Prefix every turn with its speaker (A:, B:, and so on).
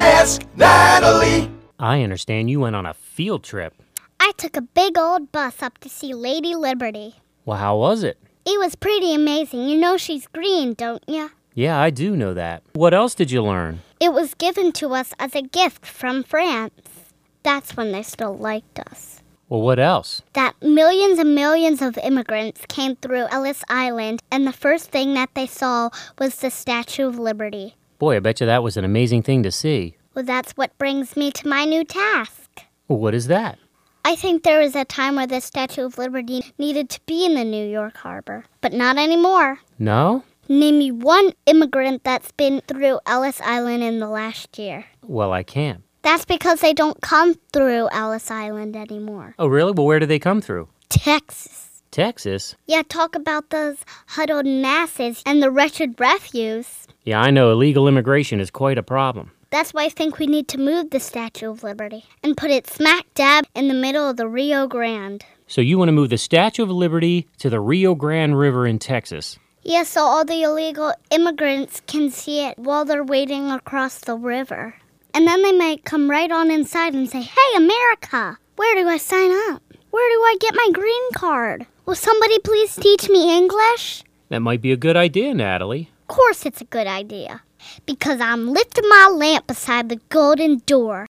A: Ask Natalie.
B: I understand you went on a field trip.
C: I took a big old bus up to see Lady Liberty.
B: Well, how was it?
C: It was pretty amazing. You know she's green, don't you?
B: Yeah, I do know that. What else did you learn?
C: It was given to us as a gift from France. That's when they still liked us.
B: Well, what else?
C: That millions and millions of immigrants came through Ellis Island, and the first thing that they saw was the Statue of Liberty.
B: Boy, I bet you that was an amazing thing to see.
C: Well, that's what brings me to my new task.
B: Well, what is that?
C: I think there was a time where the Statue of Liberty needed to be in the New York harbor, but not anymore.
B: No?
C: Name me one immigrant that's been through Ellis Island in the last year.
B: Well, I can't.
C: That's because they don't come through Ellis Island anymore.
B: Oh, really? Well, where do they come through?
C: Texas.
B: Texas?
C: Yeah, talk about those huddled masses and the wretched refuse.
B: Yeah, I know illegal immigration is quite a problem.
C: That's why I think we need to move the Statue of Liberty and put it smack dab in the middle of the Rio Grande.
B: So you want to move the Statue of Liberty to the Rio Grande River in Texas?
C: Yeah, so all the illegal immigrants can see it while they're waiting across the river. And then they might come right on inside and say, Hey, America, where do I sign up? Where do I get my green card? Will somebody please teach me English?
B: That might be a good idea, Natalie.
C: Of course, it's a good idea. Because I'm lifting my lamp beside the golden door.